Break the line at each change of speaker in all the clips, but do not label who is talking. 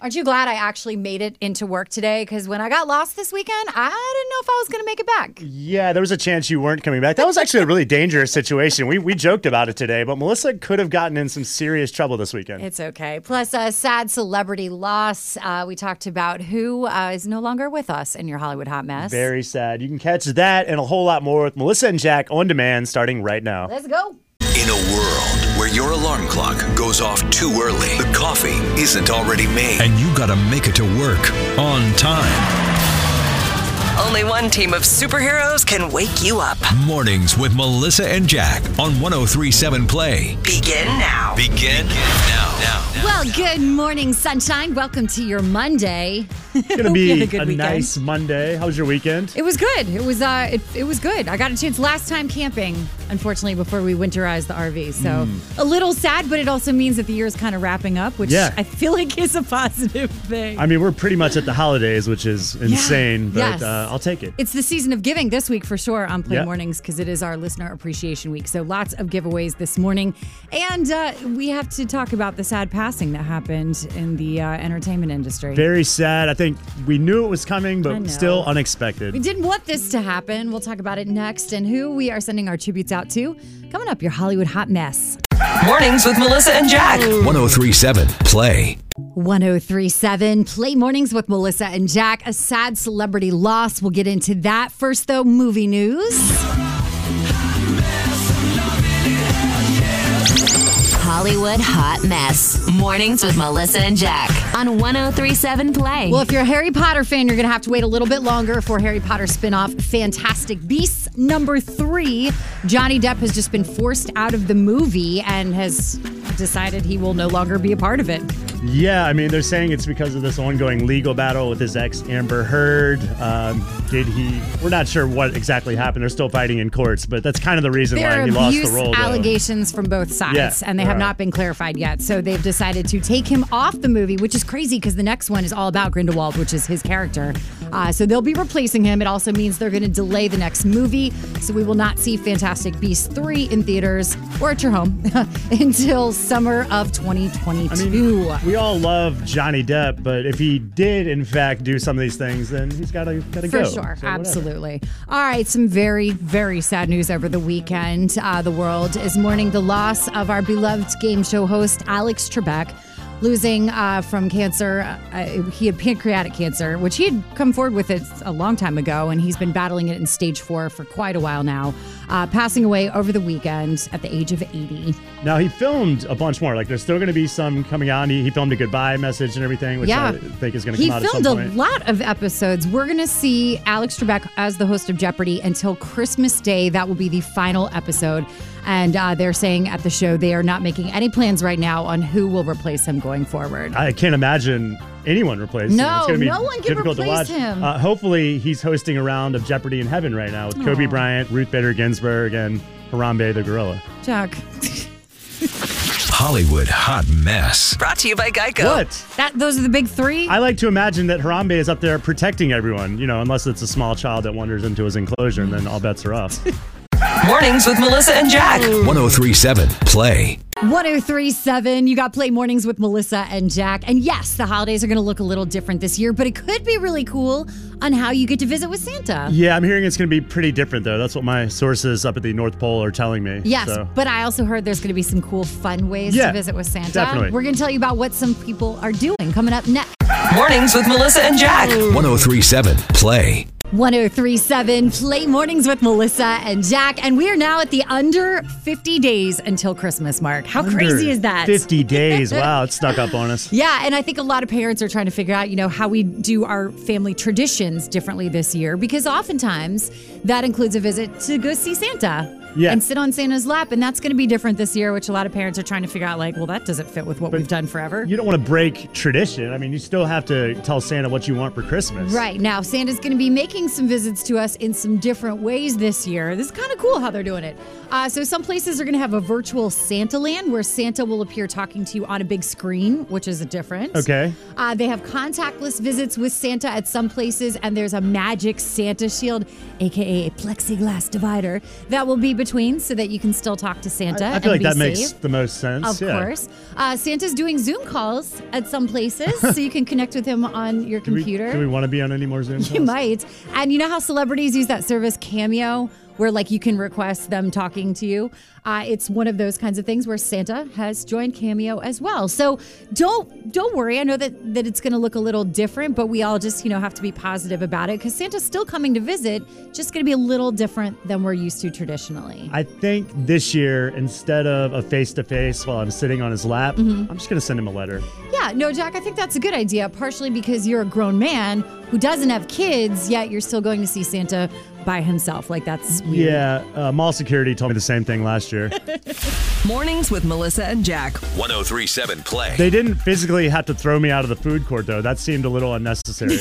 Aren't you glad I actually made it into work today? Because when I got lost this weekend, I didn't know if I was going to make it back.
Yeah, there was a chance you weren't coming back. That was actually a really dangerous situation. We we joked about it today, but Melissa could have gotten in some serious trouble this weekend.
It's okay. Plus, a sad celebrity loss. Uh, we talked about who uh, is no longer with us in your Hollywood hot mess.
Very sad. You can catch that and a whole lot more with Melissa and Jack on demand starting right now.
Let's go.
In a world where your alarm clock goes off too early, the coffee isn't already made, and you gotta make it to work on time.
Only one team of superheroes can wake you up.
Mornings with Melissa and Jack on 1037 Play.
Begin now.
Begin now. now.
Well, good morning, sunshine. Welcome to your Monday.
It's going to be
had a
a,
good weekend.
nice Monday. How was your weekend?
It was good. It was uh, it, it was good. I got a chance last time camping, unfortunately, before we winterized the RV. So a little sad, but it also means that the year's kind of wrapping up, which
Hmm. Yeah.
I feel like is a positive thing.
I mean, we're pretty much at the holidays, which is insane, but
Yes.
uh, I'll take it.
It's the season of giving this week for sure on Play
Yeah.
Mornings because it is our listener appreciation week. So lots of giveaways this morning. And uh, we have to talk about the sad passing that happened in the uh, entertainment industry.
Very sad. I think we knew it was coming,
I know.
but still unexpected.
we didn't want this to happen. We'll talk about it next and who we are sending our tributes out to. Coming up, your Hollywood hot mess.
Mornings with Melissa and Jack.
1037 Play.
1037 Play Mornings with Melissa and Jack. A sad celebrity loss. We'll get into that. First, though, movie news.
Hollywood Hot Mess. Mornings with Melissa and Jack on 1037 Play.
Well, if you're a Harry Potter fan, you're going to have to wait a little bit longer for Harry Potter spin-off Fantastic Beasts number 3. Johnny Depp has just been forced out of the movie and has decided he will no longer be a part of it.
Yeah, I mean, they're saying it's because of this ongoing legal battle with his ex, Amber Heard. Um, did he? We're not sure what exactly happened. They're still fighting in courts, but that's kind of the reason
There
why
are
he lost the
abuse
role. though.
allegations from both sides,
Yeah,
and they have
there
not
are.
been clarified yet. So they've decided to take him off the movie, which is crazy because the next one is all about Grindelwald, which is his character. Uh, so they'll be replacing him. It also means they're going to delay the next movie. So we will not see Fantastic Beasts 3 in theaters or at your home until summer of 2022.
I mean, we all love Johnny Depp, but if he did, in fact, do some of these things, then he's got to got to
For
go.
sure.
So whatever.
Absolutely. All right. Some very, very sad news over the weekend. Uh, the world is mourning the loss of our beloved game show host, Alex Trebek. Losing uh, from cancer, uh, he had pancreatic cancer, which he had come forward with it a long time ago, and he's been battling it in stage four for quite a while now. Uh, passing away over the weekend at the age of 80.
Now he filmed a bunch more. Like there's still going to be some coming on. He, he filmed a goodbye message and everything, which I think is going to
He
come out at some
filmed
point.
a lot of episodes. We're going to see Alex Trebek as the host of Jeopardy until Christmas Day. That will be the final episode. And uh, they're saying at the show they are not making any plans right now on who will replace him going forward.
I can't imagine anyone replacing him.
No,
It's gonna be
no one can
difficult to watch.
replace him.
Uh, hopefully, he's hosting a round of Jeopardy in Heaven right now with Kobe Bryant, Ruth Bader Ginsburg, and Harambe the Gorilla.
Jack.
Hollywood Hot Mess.
Brought to you by Geico.
What?
That, those are the big three.
I like to imagine that Harambe is up there protecting everyone, you know, unless it's a small child that wanders into his enclosure and then all bets are off.
Mornings with Melissa and Jack.
1037 Play.
1037. You got Play Mornings with Melissa and Jack. And yes, the holidays are going to look a little different this year, but it could be really cool on how you get to visit with Santa.
yeah, I'm hearing it's going to be pretty different, though. That's what my sources up at the North Pole are telling me.
Yes,
So.
but I also heard there's going to be some cool, fun ways to
Yeah,
visit with Santa.
definitely.
We're going to tell you about what some people are doing coming up next.
Mornings with Melissa and Jack.
1037 Play.
1037 Play Mornings with Melissa and Jack. And we are now at the under 50 days until Christmas mark. How crazy
Under
is that?
50 days. Wow, it snuck up on us.
Yeah, and I think a lot of parents are trying to figure out, you know, how we do our family traditions differently this year because oftentimes that includes a visit to go see Santa
Yeah.
and sit on Santa's lap. And that's going to be different this year, which a lot of parents are trying to figure out, like, well, that doesn't fit with what we've done forever.
You don't want to break tradition. I mean, you still have to tell Santa what you want for Christmas.
Right now, Santa's going to be making some visits to us in some different ways this year. This is kind of cool how they're doing it. Uh, so, some places are going to have a virtual Santa Land where Santa will appear talking to you on a big screen, which is a different.
Okay.
Uh, they have contactless visits with Santa at some places, and there's a magic Santa shield, aka a plexiglass divider, that will be between so that you can still talk to Santa.
I
and
feel like
be
that makes
safe.
the most sense.
Of
yeah.
course. Uh, Santa's doing Zoom calls at some places, so you can connect with him on your
Do we,
computer.
do we want to be on any more Zoom calls?
you might. And you know how celebrities use that service Cameo, where like you can request them talking to you? Uh, it's one of those kinds of things where Santa has joined Cameo as well. So don't don't worry. I know that that it's going to look a little different, but we all just you know have to be positive about it because Santa's still coming to visit, just going to be a little different than we're used to traditionally.
I think this year, instead of a face to face while I'm sitting on his lap,
Mm-hmm.
I'm just going to send him a letter.
Yeah, no, Jack, I think that's a good idea, partially because you're a grown man who doesn't have kids, yet you're still going to see Santa by himself. Like, that's weird.
Yeah, uh, mall security told me the same thing last year.
Mornings with Melissa and Jack.
1037 Play.
they didn't physically have to throw me out of the food court, though. That seemed a little unnecessary.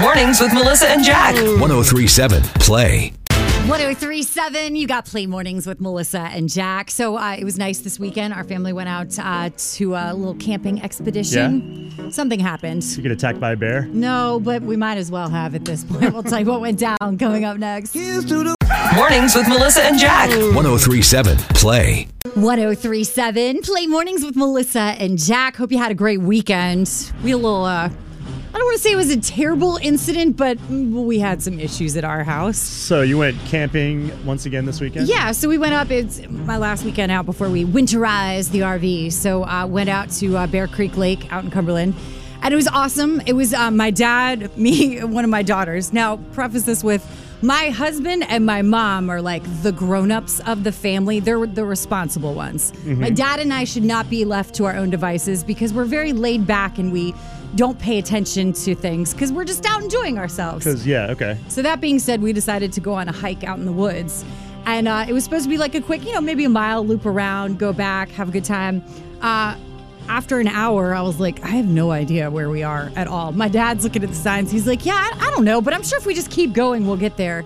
Mornings with Melissa and Jack.
1037 Play.
1037, you got Play Mornings with Melissa and Jack. So uh, it was nice this weekend. Our family went out uh, to a little camping expedition. Something happened.
you get attacked by a bear?
No, but we might as well have at this point. We'll tell you what went down coming up next.
Mornings with Melissa and Jack.
1037 Play.
1037 Play Mornings with Melissa and Jack. Hope you had a great weekend. We had a little, uh, I don't want to say it was a terrible incident, but mm, we had some issues at our house.
So you went camping once again this weekend?
Yeah, so we went up. It's my last weekend out before we winterized the RV. So uh, went out to uh, Bear Creek Lake out in Cumberland. And it was awesome. It was uh, my dad, me, and one of my daughters. Now, preface this with my husband and my mom are like the grown ups of the family. They're the responsible ones. My dad and I should not be left to our own devices because we're very laid back and we don't pay attention to things because we're just out enjoying ourselves.
'Cause- yeah, okay.
So that being said, we decided to go on a hike out in the woods. And uh, it was supposed to be like a quick, you know, maybe a mile loop around, go back, have a good time. Uh, after an hour, I was like, I have no idea where we are at all. My dad's looking at the signs. He's like, Yeah, I, I don't know, but I'm sure if we just keep going, we'll get there.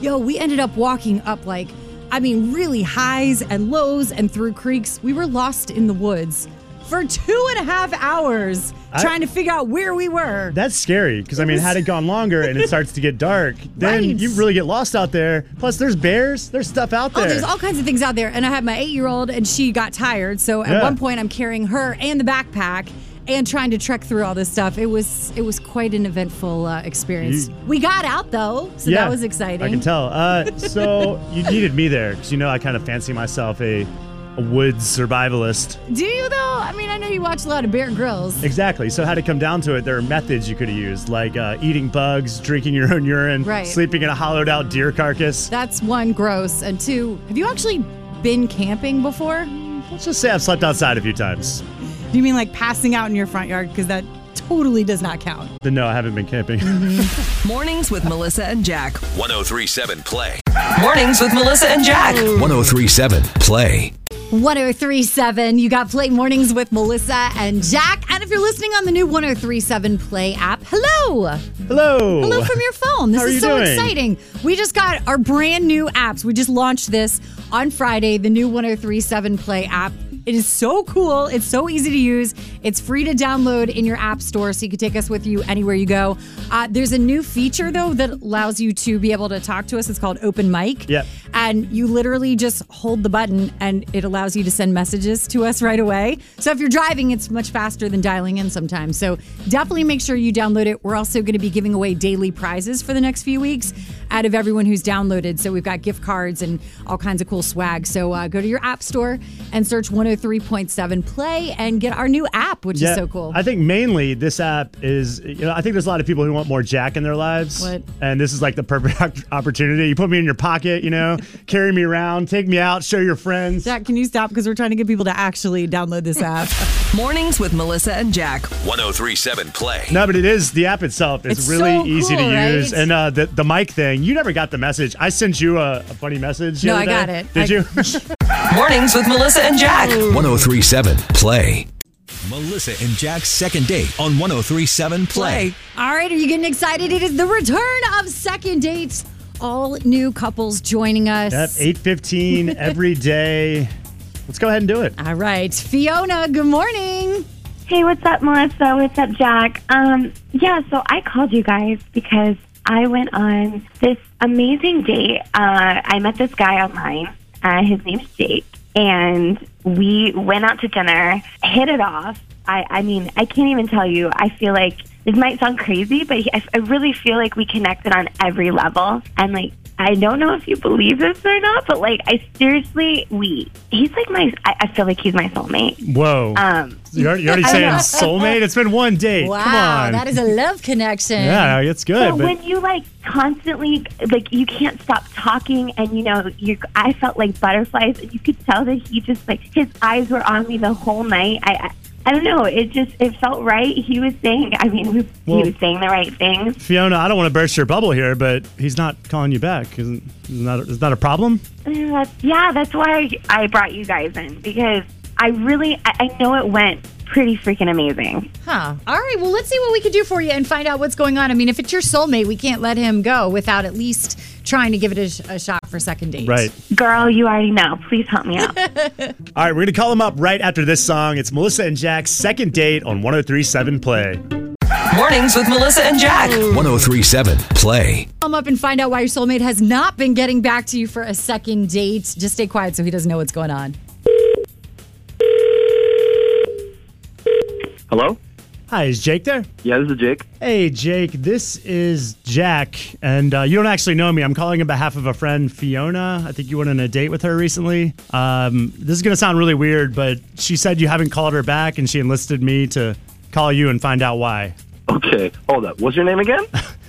Yo, we ended up walking up like, I mean, really highs and lows and through creeks. We were lost in the woods for two and a half hours
I-
trying to figure out where we were.
That's scary because I mean, had it gone longer and it starts to get dark, then
Right.
you really get lost out there. Plus, there's bears, there's stuff out there.
Oh, there's all kinds of things out there. And I had my eight year old, and she got tired. So at
Yeah.
one point, I'm carrying her and the backpack and trying to trek through all this stuff. It was it was quite an eventful uh, experience.
You-
we got out though, so that was exciting.
I can tell. Uh, so you needed me there because you know I kind of fancy myself a, a woods survivalist.
Do you though? I mean, I know you watch a lot of Bear Grylls.
Exactly. So how to come down to it, there are methods you could have used, like uh, eating bugs, drinking your own urine,
Right.
sleeping in a hollowed out deer carcass.
That's one gross, and two. Have you actually been camping before?
Let's just say I've slept outside a few times.
Do you mean like passing out in your front yard? Because that totally does not count.
Then no, I haven't been camping.
Mm-hmm.
Mornings with Melissa and Jack.
1037 Play.
Mornings with Melissa and Jack.
1037 Play.
1037. You got Play Mornings with Melissa and Jack. And if you're listening on the new 1037 Play app, hello.
Hello.
Hello from your phone. This
How are
is
you
so
doing?
exciting. We just got our brand new apps. We just launched this on Friday, the new 1037 Play app. It is so cool. It's so easy to use. It's free to download in your app store, so you can take us with you anywhere you go. Uh, there's a new feature, though, that allows you to be able to talk to us. It's called Open Mic.
Yep.
And you literally just hold the button and it allows you to send messages to us right away. So if you're driving, it's much faster than dialing in sometimes. So definitely make sure you download it. We're also going to be giving away daily prizes for the next few weeks out of everyone who's downloaded. So we've got gift cards and all kinds of cool swag. So uh, go to your app store and search 103.7 Play and get our new app, which is so cool.
I think mainly this app is, you know, I think there's a lot of people who want more Jack in their lives.
What?
And this is like the perfect op- opportunity. You put me in your pocket, you know, carry me around, take me out, show your friends.
Jack, can you stop? Because we're trying to get people to actually download this app.
Mornings with Melissa and Jack.
1037 Play.
No, but it is the app itself is
It's
really
so
easy
cool,
to
right?
use. And uh, the, the mic thing, you never got the message. I sent you a, a funny message. the
No,
other
I got
day.
it.
Did
I-
you?
Mornings with Melissa and Jack.
1037 Play. Melissa and Jack's second date on 1037
Play.
All right, are you getting excited? It is the return of second dates. All new couples joining us.
At 8.15 every day. Let's go ahead and do it.
All right, Fiona, good morning.
Hey, what's up, Melissa? What's up, Jack? Um, yeah, so I called you guys because I went on this amazing date. Uh, I met this guy online. Uh, his name's Jake, and we went out to dinner, hit it off. I, I mean, I can't even tell you. I feel like this might sound crazy, but he, I, I really feel like we connected on every level. And like, I don't know if you believe this or not, but like, I seriously, we. He's like my. I, I feel like he's my soulmate.
Whoa.
uh,
Um,
you're, already- you're already
I
saying
know.
soulmate? It's been one date. Come
Wow,
on.
that is a love connection.
yeah, it's good.
So
but
when you like constantly like you can't stop talking and you know you I felt like butterflies and you could tell that he just like his eyes were on me the whole night. I I, I don't know. It just it felt right. He was saying. I mean, we,
Well-
he was saying the right things.
Fiona, I don't want to burst your bubble here, but he's not calling you back. Isn't, isn't, that, isn't that a problem?
Yeah, that's- yeah, that's why I brought you guys in because I really I, I know it went pretty freaking amazing.
Huh. All right. Well, let's see what we can do for you and find out what's going on. I mean, if it's your soulmate, we can't let him go without at least trying to give it a, sh- a shot for second date.
Right.
Girl, you already know. Please help me out.
All right, we're going to call him up right after this song. It's Melissa and Jack's second date on 1037 Play.
Mornings with Melissa and Jack.
1037 Play.
Come up and find out why your soulmate has not been getting back to you for a second date. Just stay quiet so he doesn't know what's going on.
Hello?
Hi, is Jake there?
Yeah, this is Jake.
Hey, Jake, this is Jack, and uh, you don't actually know me. I'm calling on behalf of a friend, Fiona. I think you went on a date with her recently. Um, this is going to sound really weird, but she said you haven't called her back, and she enlisted me to call you and find out why.
Okay, hold up. What's your name again?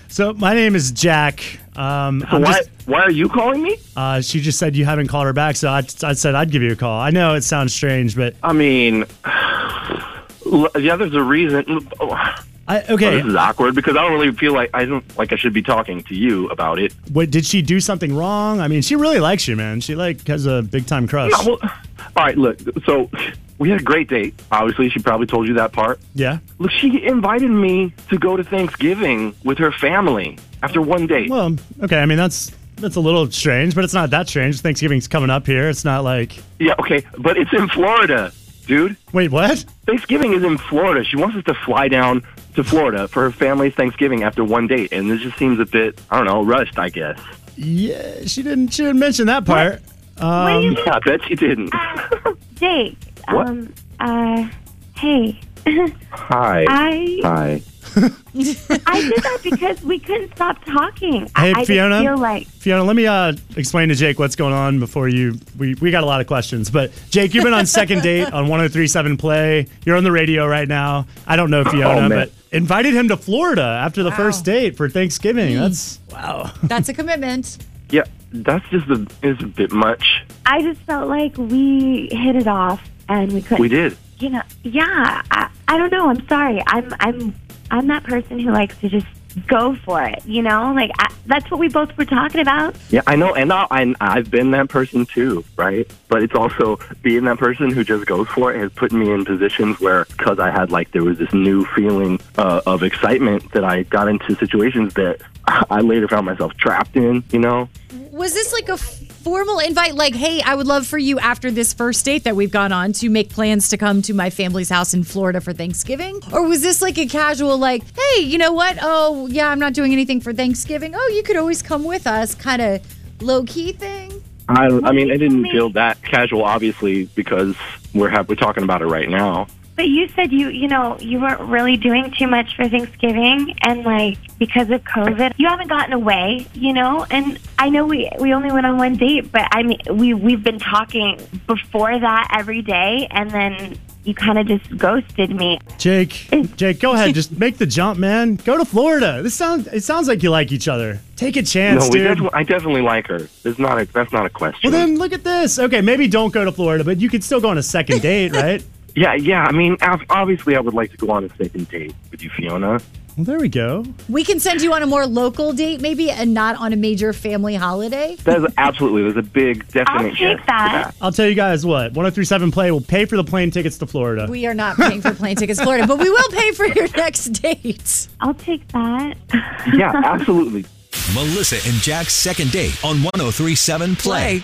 So, my name is Jack. Um, I'm
why,
just-
why are you calling me?
uh, she just said you haven't called her back, so I, I said I'd give you a call. I know it sounds strange, but
I mean, l- yeah, there's a reason. Oh,
I, okay.
This is awkward because I don't really feel like I don't like I should be talking to you about it.
What did she do something wrong? I mean, she really likes you, man. She like has a big time crush.
No, well, all right, look. So we had a great date. Obviously, she probably told you that part.
yeah.
Look, she invited me to go to Thanksgiving with her family after one date.
Well, okay. I mean, that's that's a little strange, but it's not that strange. Thanksgiving's coming up here. It's not like
Yeah, okay, but it's in Florida, dude.
wait, what?
Thanksgiving is in Florida. She wants us to fly down to Florida for her family's Thanksgiving after one date, and this just seems a bit, I don't know, rushed. I guess.
Yeah, Uh, she didn't. She didn't mention that part. Um,
what do you
Yeah, I bet she didn't.
Jake?
What?
Um. Uh. Hey.
Hi.
I.
Hi.
I did that because we couldn't stop talking.
Hey,
I, I just
Fiona?
feel like
Fiona, let me uh, explain to Jake what's going on before you. We, we got a lot of questions, but Jake, you've been on second date on 1037 Play. You're on the radio right now. I don't know Fiona,
Oh, man.
but invited him to Florida after the first date for Thanksgiving. That's wow.
That's a commitment.
Yeah, that's just a, it's a bit much.
I just felt like we hit it off and we couldn't.
We did.
You know. Yeah. I, I don't know. I'm sorry. I'm. I'm. I'm that person who likes to just go for it. You know. Like I, that's what we both were talking about.
Yeah, I know, and I, I, I've been that person too, right? But it's also being that person who just goes for it has put me in positions where, because I had like there was this new feeling uh, of excitement that I got into situations that I later found myself trapped in. You know,
Was this like a f- formal invite? Like, hey, I would love for you after this first date that we've gone on to make plans to come to my family's house in Florida for Thanksgiving? Or was this like a casual, like, hey, you know what? Oh, yeah, I'm not doing anything for Thanksgiving. Oh, you could always come with us, kind of low key thing?
I, I mean, I didn't feel that casual, obviously, because we're ha- we're talking about it right now.
But you said you. You know. You weren't really doing too much for Thanksgiving, and like because of COVID, you haven't gotten away. You know. And I know we we only went on one date, but I mean we we've been talking before that every day, and then. You kind of just ghosted me.
Jake, Jake, go ahead. Just make the jump, man. Go to Florida. This sounds. It sounds like you like each other. Take a chance,
no, we
dude.
defi- I definitely like her. It's not a, that's not a question.
well, then look at this. Okay, maybe don't go to Florida, but you could still go on a second date, right?
yeah, yeah. I mean, ob- obviously, I would like to go on a second date with you, Fiona.
Well, there we go.
We can send you on a more local date, maybe, and not on a major family holiday.
That is absolutely. There's a big definite.
I'll take
yes to
that.
I'll tell you guys what. 1037 Play will pay for the plane tickets to Florida.
We are not paying for plane tickets, Florida, but we will pay for your next date.
I'll take that.
yeah, absolutely.
Melissa and Jack's second date on 1037 Play.